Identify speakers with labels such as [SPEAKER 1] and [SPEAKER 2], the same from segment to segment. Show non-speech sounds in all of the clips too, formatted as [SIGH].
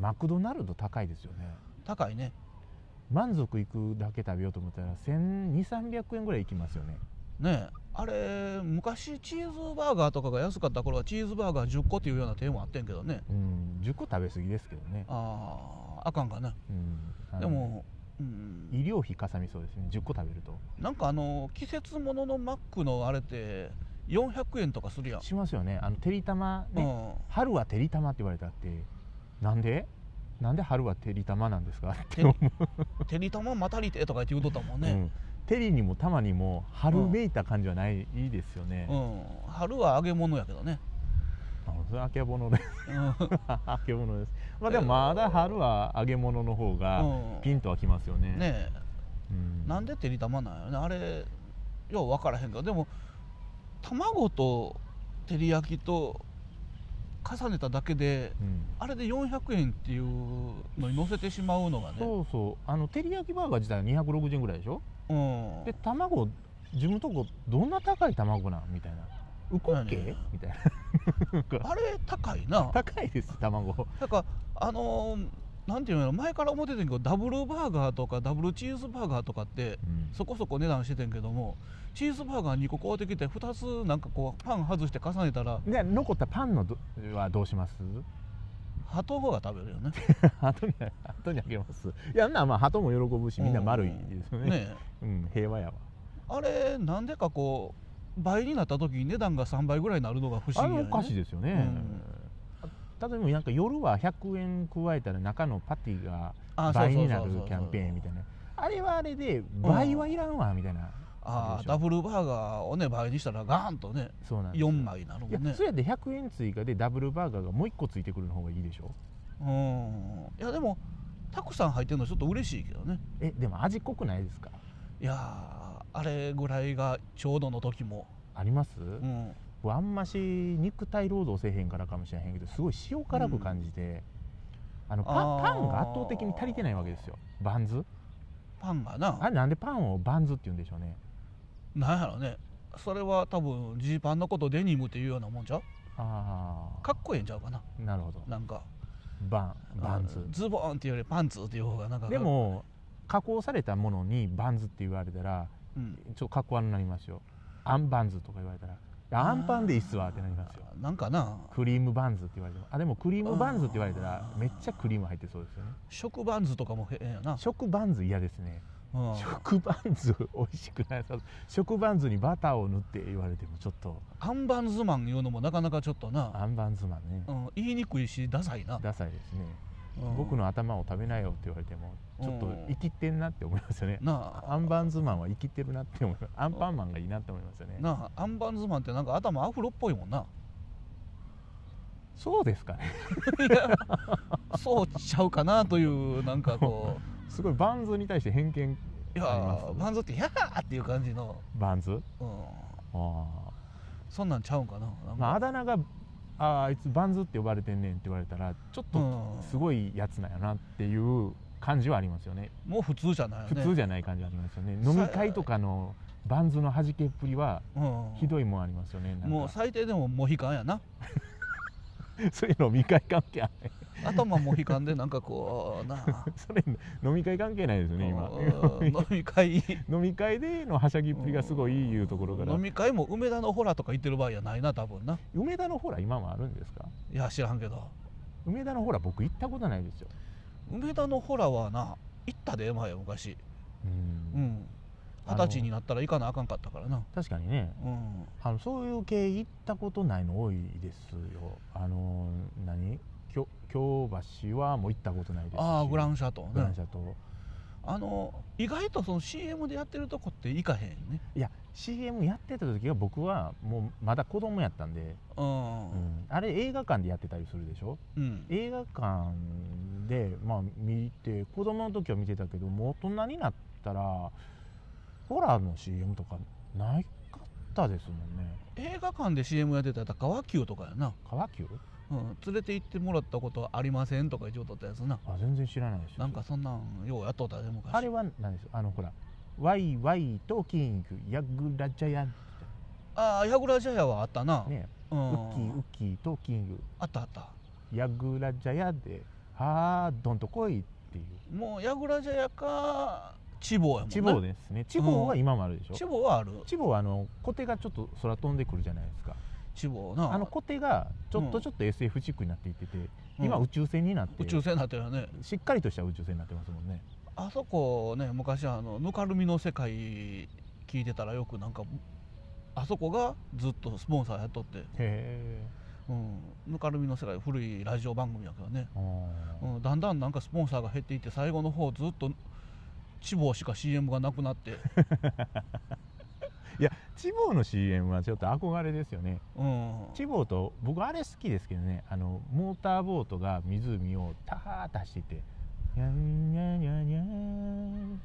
[SPEAKER 1] マクドナルド高いですよね
[SPEAKER 2] 高いね
[SPEAKER 1] 満足いくだけ食べようと思ったら1200300円ぐらいいきますよね
[SPEAKER 2] ねえあれ昔チーズバーガーとかが安かった頃はチーズバーガー10個っていうような点もあってんけどね
[SPEAKER 1] うん10個食べ過ぎですけどね、
[SPEAKER 2] あああかんかな
[SPEAKER 1] うん、あの
[SPEAKER 2] でも、うん、
[SPEAKER 1] 医療費かさみそうですね10個食べると
[SPEAKER 2] なんかあの季節もののマックのあれって400円とかするやん、
[SPEAKER 1] しますよねあのてりたま
[SPEAKER 2] う
[SPEAKER 1] ね、
[SPEAKER 2] ん、
[SPEAKER 1] 春はてりたまって言われたってなんでなんで春はてりたまなんですかって
[SPEAKER 2] て
[SPEAKER 1] 思 [LAUGHS]
[SPEAKER 2] てりたままたりてとか言って言うとったもん
[SPEAKER 1] う
[SPEAKER 2] ね、
[SPEAKER 1] んてりにもたまにも春めいた感じはない、いいですよね
[SPEAKER 2] う、ん春は揚げ物やけどね、
[SPEAKER 1] あのそれあけぼのです [LAUGHS]
[SPEAKER 2] うん
[SPEAKER 1] あけぼのですまあでもまだ春は揚げ物の方が
[SPEAKER 2] うん
[SPEAKER 1] ピンとはきますよね、
[SPEAKER 2] ね
[SPEAKER 1] うん
[SPEAKER 2] えなんでてりたまなんやろねあれよう分からへんけどでも卵と照り焼きと重ねただけで
[SPEAKER 1] うん
[SPEAKER 2] あれで400円っていうのに乗せてしまうのがね
[SPEAKER 1] そうそうあの照り焼きバーガー自体は260円ぐらいでしょ
[SPEAKER 2] うん
[SPEAKER 1] で卵自分のとこどんな高い卵なんみたいなウコッケ
[SPEAKER 2] 何
[SPEAKER 1] みたいな [LAUGHS]
[SPEAKER 2] あれ高いな
[SPEAKER 1] 高いです卵
[SPEAKER 2] なんかあのーなんていうの前から思っててんけどダブルバーガーとかダブルチーズバーガーとかって
[SPEAKER 1] うん
[SPEAKER 2] そこそこ値段しててんけどもチーズバーガー2個買うてきて2つなんかこうパン外して重ねたら
[SPEAKER 1] で残ったパンのどはどうします [LAUGHS]
[SPEAKER 2] 鳩が食べるよね
[SPEAKER 1] 鳩に鳩にあげますいやなまあ鳩も喜ぶしみんな丸いですよね,、
[SPEAKER 2] ねえ
[SPEAKER 1] うん平和やわ
[SPEAKER 2] あれなんでかこう倍になった時に値段が3倍ぐらいになるのが不思
[SPEAKER 1] あ
[SPEAKER 2] 議
[SPEAKER 1] れ
[SPEAKER 2] や
[SPEAKER 1] おか
[SPEAKER 2] ね
[SPEAKER 1] しいですよね、
[SPEAKER 2] うん
[SPEAKER 1] あ例えばなんか夜は100円加えたら中のパティが
[SPEAKER 2] あそうそう
[SPEAKER 1] 倍
[SPEAKER 2] そう
[SPEAKER 1] になるキャンペーンみたいなあれはあれで
[SPEAKER 2] ん
[SPEAKER 1] 倍はいらんわみたいな
[SPEAKER 2] ああダブルバーガーをね倍にしたらガーンとね
[SPEAKER 1] そうなんですよ
[SPEAKER 2] 4枚になるも
[SPEAKER 1] いや、
[SPEAKER 2] んね
[SPEAKER 1] そうやって100円追加でダブルバーガーがもう1個ついてくるの方がいいでしょ
[SPEAKER 2] うんいやでもたくさん入ってるのちょっと嬉しいけどね
[SPEAKER 1] えでも味濃くないですか
[SPEAKER 2] いやーあれぐらいがちょうどの時も、
[SPEAKER 1] あります、
[SPEAKER 2] うん、
[SPEAKER 1] 僕あんまし肉体労働せえへんからかもしれへんけどすごい塩辛く感じて、あのパ
[SPEAKER 2] あー
[SPEAKER 1] パンが圧倒的に足りてないわけですよバンズ
[SPEAKER 2] パンがな
[SPEAKER 1] あれなんでパンをバンズって言うんでしょうね
[SPEAKER 2] なんやろねそれは多分ジーパンのことデニムっていうようなもんちゃう
[SPEAKER 1] ああ
[SPEAKER 2] かっこええんちゃうかな
[SPEAKER 1] なるほど
[SPEAKER 2] なんか
[SPEAKER 1] バンバン
[SPEAKER 2] あ
[SPEAKER 1] ズ
[SPEAKER 2] のズボンっていうよりパンツっていう方がなんか
[SPEAKER 1] で、も加工されたものにバンズって言われたら
[SPEAKER 2] うん、
[SPEAKER 1] ちょっとかっこ悪くなりますよアンバンズとか言われたらいやアンパンでいいっすわってなりますよ
[SPEAKER 2] なんかな
[SPEAKER 1] クリームバンズって言われてもあでもクリームバンズって言われたら
[SPEAKER 2] あー
[SPEAKER 1] めっちゃクリーム入ってそうですよね
[SPEAKER 2] 食バンズとかも変やな、
[SPEAKER 1] 食バンズ嫌ですね
[SPEAKER 2] うん
[SPEAKER 1] 食バンズ美味しくないさ食バンズにバターを塗って言われてもちょっと
[SPEAKER 2] アンバンズマンいうのもなかなかちょっとな、
[SPEAKER 1] アンバンズマンね
[SPEAKER 2] うん、言いにくいしダサいな、
[SPEAKER 1] ダサいですね
[SPEAKER 2] うん
[SPEAKER 1] 僕の頭を食べなよって言われてもちょっと生きてんなって思いますよね
[SPEAKER 2] な
[SPEAKER 1] アンバンズマンは生きてるなって思いますアンパンマンがいいなって思いますよね
[SPEAKER 2] あなあアンバンズマンってなんか頭アフロっぽいもんな
[SPEAKER 1] そうですかね
[SPEAKER 2] そうちゃうかなというなんかこ
[SPEAKER 1] すごいバンズに対して偏見 [LAUGHS]
[SPEAKER 2] ういや
[SPEAKER 1] あり
[SPEAKER 2] ー
[SPEAKER 1] ま
[SPEAKER 2] バンズって「やー!」っていう感じの、
[SPEAKER 1] バンズ
[SPEAKER 2] うん、
[SPEAKER 1] あ
[SPEAKER 2] そんなんちゃうんかなな
[SPEAKER 1] あ
[SPEAKER 2] ん
[SPEAKER 1] まあ
[SPEAKER 2] か、
[SPEAKER 1] あだ名があああいつバンズって呼ばれてんねんって言われたらちょっと
[SPEAKER 2] うん
[SPEAKER 1] すごいやつなんやなっていう感じはありますよね
[SPEAKER 2] もう普通じゃないよ
[SPEAKER 1] 普
[SPEAKER 2] ね
[SPEAKER 1] 通
[SPEAKER 2] じ
[SPEAKER 1] じゃない感じありますよね
[SPEAKER 2] さ
[SPEAKER 1] 飲み会とかのバンズの弾けっぷりは
[SPEAKER 2] ゃ、うん、
[SPEAKER 1] ひどいもんありますよねなん
[SPEAKER 2] もう
[SPEAKER 1] か
[SPEAKER 2] 最低でもモヒカンやな
[SPEAKER 1] そういう飲み会関係あない
[SPEAKER 2] 頭モヒカンでなんかこうなあ
[SPEAKER 1] それ飲み会関係ないですよ [LAUGHS] ね
[SPEAKER 2] うん
[SPEAKER 1] 今
[SPEAKER 2] 飲み会
[SPEAKER 1] 飲み会でのはしゃぎっぷりがすごいいいいうところから
[SPEAKER 2] 飲み会も梅田のホラーとか行ってる場合やないな多分な
[SPEAKER 1] 梅田のほら今もあるんですか
[SPEAKER 2] いや知らんけど
[SPEAKER 1] 梅田のほら僕行ったことないですよ
[SPEAKER 2] 梅田のホラーはな行ったで前昔
[SPEAKER 1] う
[SPEAKER 2] うんん
[SPEAKER 1] あ
[SPEAKER 2] 二
[SPEAKER 1] の
[SPEAKER 2] 十歳になったら行かなあかんかったからな
[SPEAKER 1] 確かにね
[SPEAKER 2] うん
[SPEAKER 1] あのそういう系行ったことないの多いですよあの何京京橋はもう行ったことないですし
[SPEAKER 2] ああグランシャト
[SPEAKER 1] グラ
[SPEAKER 2] ー
[SPEAKER 1] ン
[SPEAKER 2] ね
[SPEAKER 1] シャと
[SPEAKER 2] あの意外とその CM でやってるとこって行かへんね
[SPEAKER 1] CM やってた時は僕はもうまだ子供やったんで、
[SPEAKER 2] う
[SPEAKER 1] うんんあれ映画館でやってたりするでしょ
[SPEAKER 2] うん
[SPEAKER 1] 映画館でまあ見て子供の時は見てたけどもう大人になったらホラーの CM とかなかったですもんね
[SPEAKER 2] 映画館で CM やってたやつは川急とかやな
[SPEAKER 1] 川急
[SPEAKER 2] うん連れて行ってもらったことはありませんとか言うとったやつな
[SPEAKER 1] あ全然知らないです
[SPEAKER 2] なんかそんなんようやっとったで昔
[SPEAKER 1] あれは何ですあのほらワイワイとキングヤグラジャヤン
[SPEAKER 2] ああヤグラジャヤはあったな、
[SPEAKER 1] ね
[SPEAKER 2] う
[SPEAKER 1] ウ
[SPEAKER 2] ん
[SPEAKER 1] ッキーウッキーとキング
[SPEAKER 2] あったあった
[SPEAKER 1] ヤグラジャヤであーどんとこいっていう
[SPEAKER 2] もうやぐらじゃやか地方やもんね
[SPEAKER 1] 地方ですね地方は今もあるでしょ、
[SPEAKER 2] 地方はある
[SPEAKER 1] 地方はあのコテがちょっと空飛んでくるじゃないですか
[SPEAKER 2] 地方な
[SPEAKER 1] あのコテがちょっ
[SPEAKER 2] う
[SPEAKER 1] と
[SPEAKER 2] ん
[SPEAKER 1] ちょっと SF チックになっていってて、
[SPEAKER 2] うん
[SPEAKER 1] 今宇宙船になって
[SPEAKER 2] 宇宙船になってるよね
[SPEAKER 1] しっかりとした宇宙船になってますもんね
[SPEAKER 2] あそこね昔あのぬかるみの世界聞いてたらよくなんかあそこがずっとスポンサーやっとって、
[SPEAKER 1] へえ
[SPEAKER 2] うん、ぬかるみの世界古いラジオ番組やけどね、
[SPEAKER 1] あ
[SPEAKER 2] う
[SPEAKER 1] ー
[SPEAKER 2] ん、だんだんなんかスポンサーが減っていって最後の方ずっと地方しか CM がなくなって、
[SPEAKER 1] いや地方の CM はちょっと憧れですよね [LAUGHS]
[SPEAKER 2] うん、
[SPEAKER 1] 地方と僕あれ好きですけどねあのモーターボートが湖をターッと走っていって「にゃんにゃんにゃんにゃんに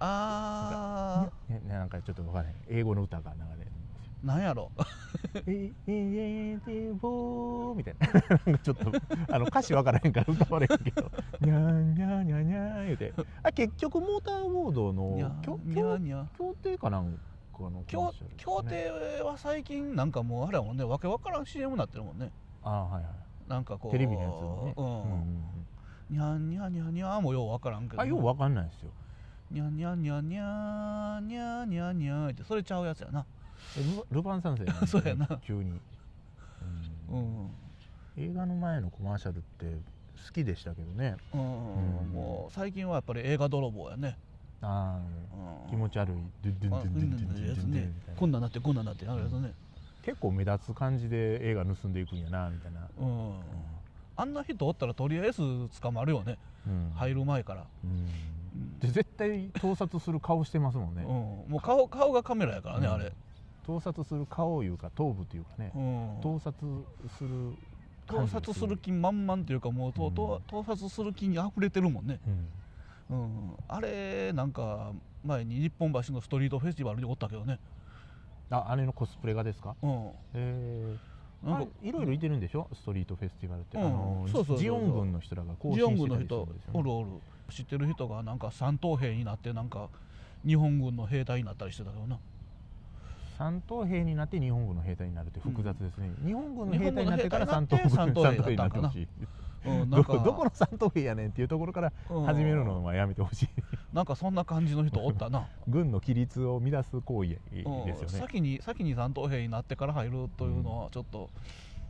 [SPEAKER 1] ゃ
[SPEAKER 2] あ
[SPEAKER 1] んねなんかちょっと分からない英語の歌が流れるんですよ
[SPEAKER 2] ーなんやろ
[SPEAKER 1] 「ええええでぼー」みたいななんかちょっとあの歌詞分からへんから歌われへんけど「にゃんにゃんにゃんにゃん」言うてあ結局モーターボード
[SPEAKER 2] にゃ
[SPEAKER 1] の協
[SPEAKER 2] にゃ
[SPEAKER 1] 協
[SPEAKER 2] にゃ
[SPEAKER 1] 協定かなんかのコマ
[SPEAKER 2] 協
[SPEAKER 1] ーシャルですね
[SPEAKER 2] 協定は最近なんかもうあれやもんねわけわからん CM になってるもんね
[SPEAKER 1] ああはいはい
[SPEAKER 2] なんかこう
[SPEAKER 1] テレビのやつもね、
[SPEAKER 2] うん
[SPEAKER 1] うんうんうん
[SPEAKER 2] にゃんにゃんにゃんにゃんもようわからんけど、
[SPEAKER 1] あよう分かんないですよ
[SPEAKER 2] にゃんにゃんにゃんにゃんにゃんにゃんにゃんってそれちゃうやつやな
[SPEAKER 1] えルルパン三世
[SPEAKER 2] そうやな
[SPEAKER 1] 急に、
[SPEAKER 2] う
[SPEAKER 1] うん
[SPEAKER 2] ん
[SPEAKER 1] 映画の前のコマーシャルって好きでしたけどね
[SPEAKER 2] うん、
[SPEAKER 1] うん
[SPEAKER 2] もう最近はやっぱり映画泥棒やね、
[SPEAKER 1] あー
[SPEAKER 2] うん、
[SPEAKER 1] 気持
[SPEAKER 2] ち
[SPEAKER 1] ち悪いドゥドゥ
[SPEAKER 2] あ
[SPEAKER 1] ンドゥンドゥンドゥンドゥンドゥンドゥンみたいな
[SPEAKER 2] こんなんなってこんなんなってあるやつね、
[SPEAKER 1] 結構目立つ感じで映画盗んでいくんやなみたいな、
[SPEAKER 2] うんあんな人おったらとりあえず捕まるよね
[SPEAKER 1] うん
[SPEAKER 2] 入る前から、
[SPEAKER 1] うん
[SPEAKER 2] うん
[SPEAKER 1] で絶対盗撮する顔してますもん
[SPEAKER 2] う
[SPEAKER 1] ね
[SPEAKER 2] ん、もう顔顔がカメラやからね、
[SPEAKER 1] うん
[SPEAKER 2] あれ、
[SPEAKER 1] 盗撮する顔いうか頭部というかね、
[SPEAKER 2] うん、
[SPEAKER 1] 盗撮する
[SPEAKER 2] 盗
[SPEAKER 1] 感じ
[SPEAKER 2] 撮する気満々というかもうとうとう盗撮する気に溢れてるもんね、
[SPEAKER 1] うん
[SPEAKER 2] うん、あれなんか前に日本橋のストリートフェスティバルにおったけどね、
[SPEAKER 1] あ姉のコスプレがですか
[SPEAKER 2] うん、
[SPEAKER 1] え
[SPEAKER 2] なん
[SPEAKER 1] あ
[SPEAKER 2] か
[SPEAKER 1] れいろいろいてるんでしょ、ストリートフェスティバルって、
[SPEAKER 2] うん
[SPEAKER 1] あの
[SPEAKER 2] そうそうそうそう
[SPEAKER 1] ジオン軍の人らが行
[SPEAKER 2] ジオン
[SPEAKER 1] 進
[SPEAKER 2] 軍
[SPEAKER 1] して
[SPEAKER 2] の
[SPEAKER 1] たりするん
[SPEAKER 2] 人
[SPEAKER 1] ですよ、
[SPEAKER 2] お
[SPEAKER 1] ね
[SPEAKER 2] るおる知ってる人がなんか三等兵になってなんか日本軍の兵隊になったりしてたけどな
[SPEAKER 1] 三等兵になって日本軍の兵隊になるって複雑ですね、日本軍の
[SPEAKER 2] 日
[SPEAKER 1] 兵
[SPEAKER 2] 本軍
[SPEAKER 1] 隊に
[SPEAKER 2] の
[SPEAKER 1] なってから
[SPEAKER 2] 兵隊
[SPEAKER 1] 三
[SPEAKER 2] に
[SPEAKER 1] 等
[SPEAKER 2] なっ
[SPEAKER 1] 兵三
[SPEAKER 2] て
[SPEAKER 1] 等兵にな
[SPEAKER 2] 三等兵だっ
[SPEAKER 1] ったて
[SPEAKER 2] んかな
[SPEAKER 1] ほしい
[SPEAKER 2] うんな
[SPEAKER 1] ど
[SPEAKER 2] んか
[SPEAKER 1] どこの三等兵やねんっていうところから
[SPEAKER 2] うん
[SPEAKER 1] 始めるのはやめてほしい
[SPEAKER 2] なんかそんな感じの人おったな、
[SPEAKER 1] 軍の規律を乱す行為です
[SPEAKER 2] うん
[SPEAKER 1] よね
[SPEAKER 2] 先に先に三等兵になってから入るというのはちょっと、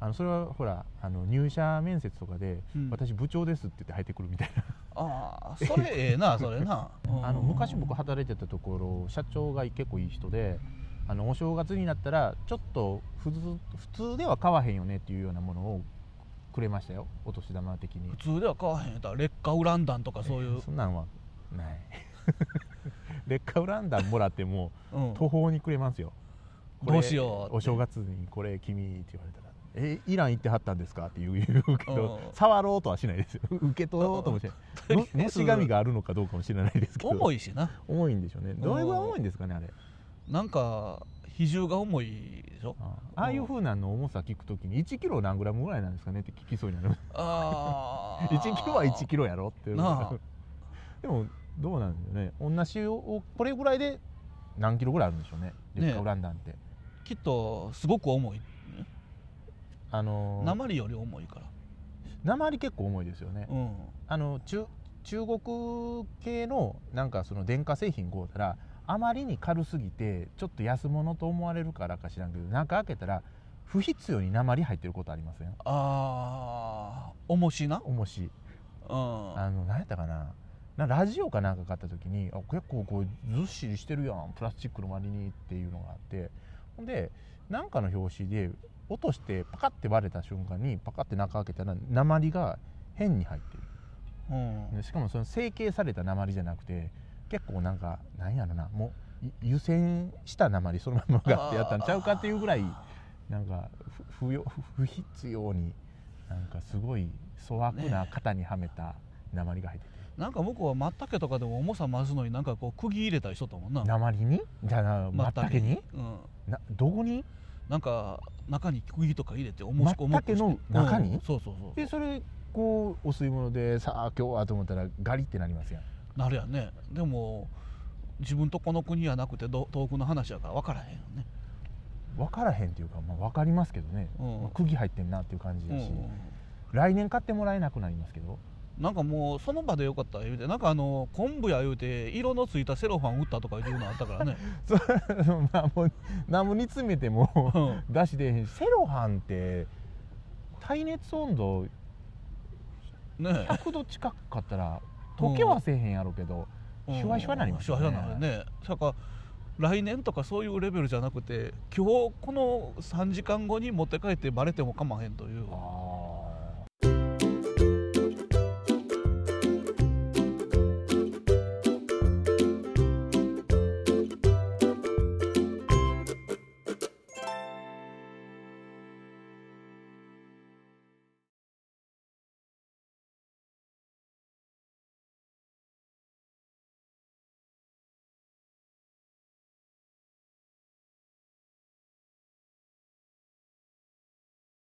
[SPEAKER 1] あのそれはほらあの入社面接とかで、
[SPEAKER 2] うん
[SPEAKER 1] 私部長ですって言って入ってくるみたいな
[SPEAKER 2] ああそれええなそれな、うん
[SPEAKER 1] あの昔僕働いてたところ社長が結構いい人であのお正月になったらちょっと普通普通では買わへんよねっていうようなものをくれましたよお年玉的に
[SPEAKER 2] 普通では買わへんやったら劣化ウラン弾とかそういう、
[SPEAKER 1] そんなんはない [LAUGHS] 劣化ウラン弾もらっても
[SPEAKER 2] うん
[SPEAKER 1] 途方にくれますよこれ
[SPEAKER 2] どうしようって
[SPEAKER 1] お正月にこれ君って言われたら「えイラン行ってはったんですか?」って言う言うけど
[SPEAKER 2] うん
[SPEAKER 1] 触ろうとはしないですよ受け取ろうともしないももし紙があるのかどうかもしれないですけど
[SPEAKER 2] 重いしな
[SPEAKER 1] 重いんでしょうねどれぐらい重いんですかねあれ
[SPEAKER 2] なんか比重が重いでしょ
[SPEAKER 1] ああああいうふうなの重さ聞くときに1キロ何グラムぐらいなんですかねって聞きそうになる
[SPEAKER 2] ああ
[SPEAKER 1] [LAUGHS] 1キロは1キロやろっていう
[SPEAKER 2] なあ
[SPEAKER 1] [LAUGHS] でもどうなんですよね同じをこれぐらいで何キロぐらいあるんでしょうね劣化ウラン弾って、
[SPEAKER 2] きっとすごく重い
[SPEAKER 1] あのー
[SPEAKER 2] 鉛より重いから
[SPEAKER 1] 鉛結構重いですよね、
[SPEAKER 2] うん
[SPEAKER 1] あの中中国系のなんかその電化製品買うたらあまりに軽すぎてちょっと安物と思われるからか知らんけど中開けたら不必要に鉛入ってることありません
[SPEAKER 2] あー重しな
[SPEAKER 1] 重しい
[SPEAKER 2] うん
[SPEAKER 1] あの何やったかななラジオかなんか買った時にあ結構こうずっしりしてるやんプラスチックの割にっていうのがあってほんでなんかの表紙で落としてパカッて割れた瞬間にパカッて中開けたら鉛が変に入って
[SPEAKER 2] うん
[SPEAKER 1] るでしかもその成形された鉛じゃなくて結構なんかなんやろなもうい湯煎した鉛そのままがってやったんちゃうかっていうぐらいなんかふ不要不必要になんかすごい粗悪な型にはめた鉛が入ってて。
[SPEAKER 2] なんか向こうはマッタケとかでも重さ増すのになんかこう釘入れたりしとったもんな
[SPEAKER 1] 鉛にじゃあまったけに
[SPEAKER 2] うん
[SPEAKER 1] などこに
[SPEAKER 2] なんか中に釘とか入れて重しく重
[SPEAKER 1] マッ
[SPEAKER 2] くして
[SPEAKER 1] タケの中に
[SPEAKER 2] うんそうそうそう
[SPEAKER 1] でそれこうお吸い物でさあ今日はと思ったらガリってなりますやん
[SPEAKER 2] なるやんねでも自分とこの国やなくてど遠くの話やから分からへんよね
[SPEAKER 1] 分からへんっていうか、まあ、分かりますけどね、
[SPEAKER 2] うん
[SPEAKER 1] まあ、釘入ってんなっていう感じ
[SPEAKER 2] う
[SPEAKER 1] だし、
[SPEAKER 2] ん
[SPEAKER 1] 来年買ってもらえなくなりますけど
[SPEAKER 2] なんかもうその場でよかった言うてなんかあの昆布や言うて色のついたセロファン打ったとかいうのあっ
[SPEAKER 1] [LAUGHS]
[SPEAKER 2] たからね、
[SPEAKER 1] そまあもう何も煮詰めても
[SPEAKER 2] [LAUGHS] うん
[SPEAKER 1] 出し出えへんしセロハンって耐熱温度
[SPEAKER 2] ね
[SPEAKER 1] 100度近かったら溶けはせえへんやろうけど、
[SPEAKER 2] うん
[SPEAKER 1] シュワシュワになりますよね
[SPEAKER 2] シュワシュワになるねだから来年とかそういうレベルじゃなくて今日この3時間後に持って帰ってバレても構わへんという
[SPEAKER 1] あ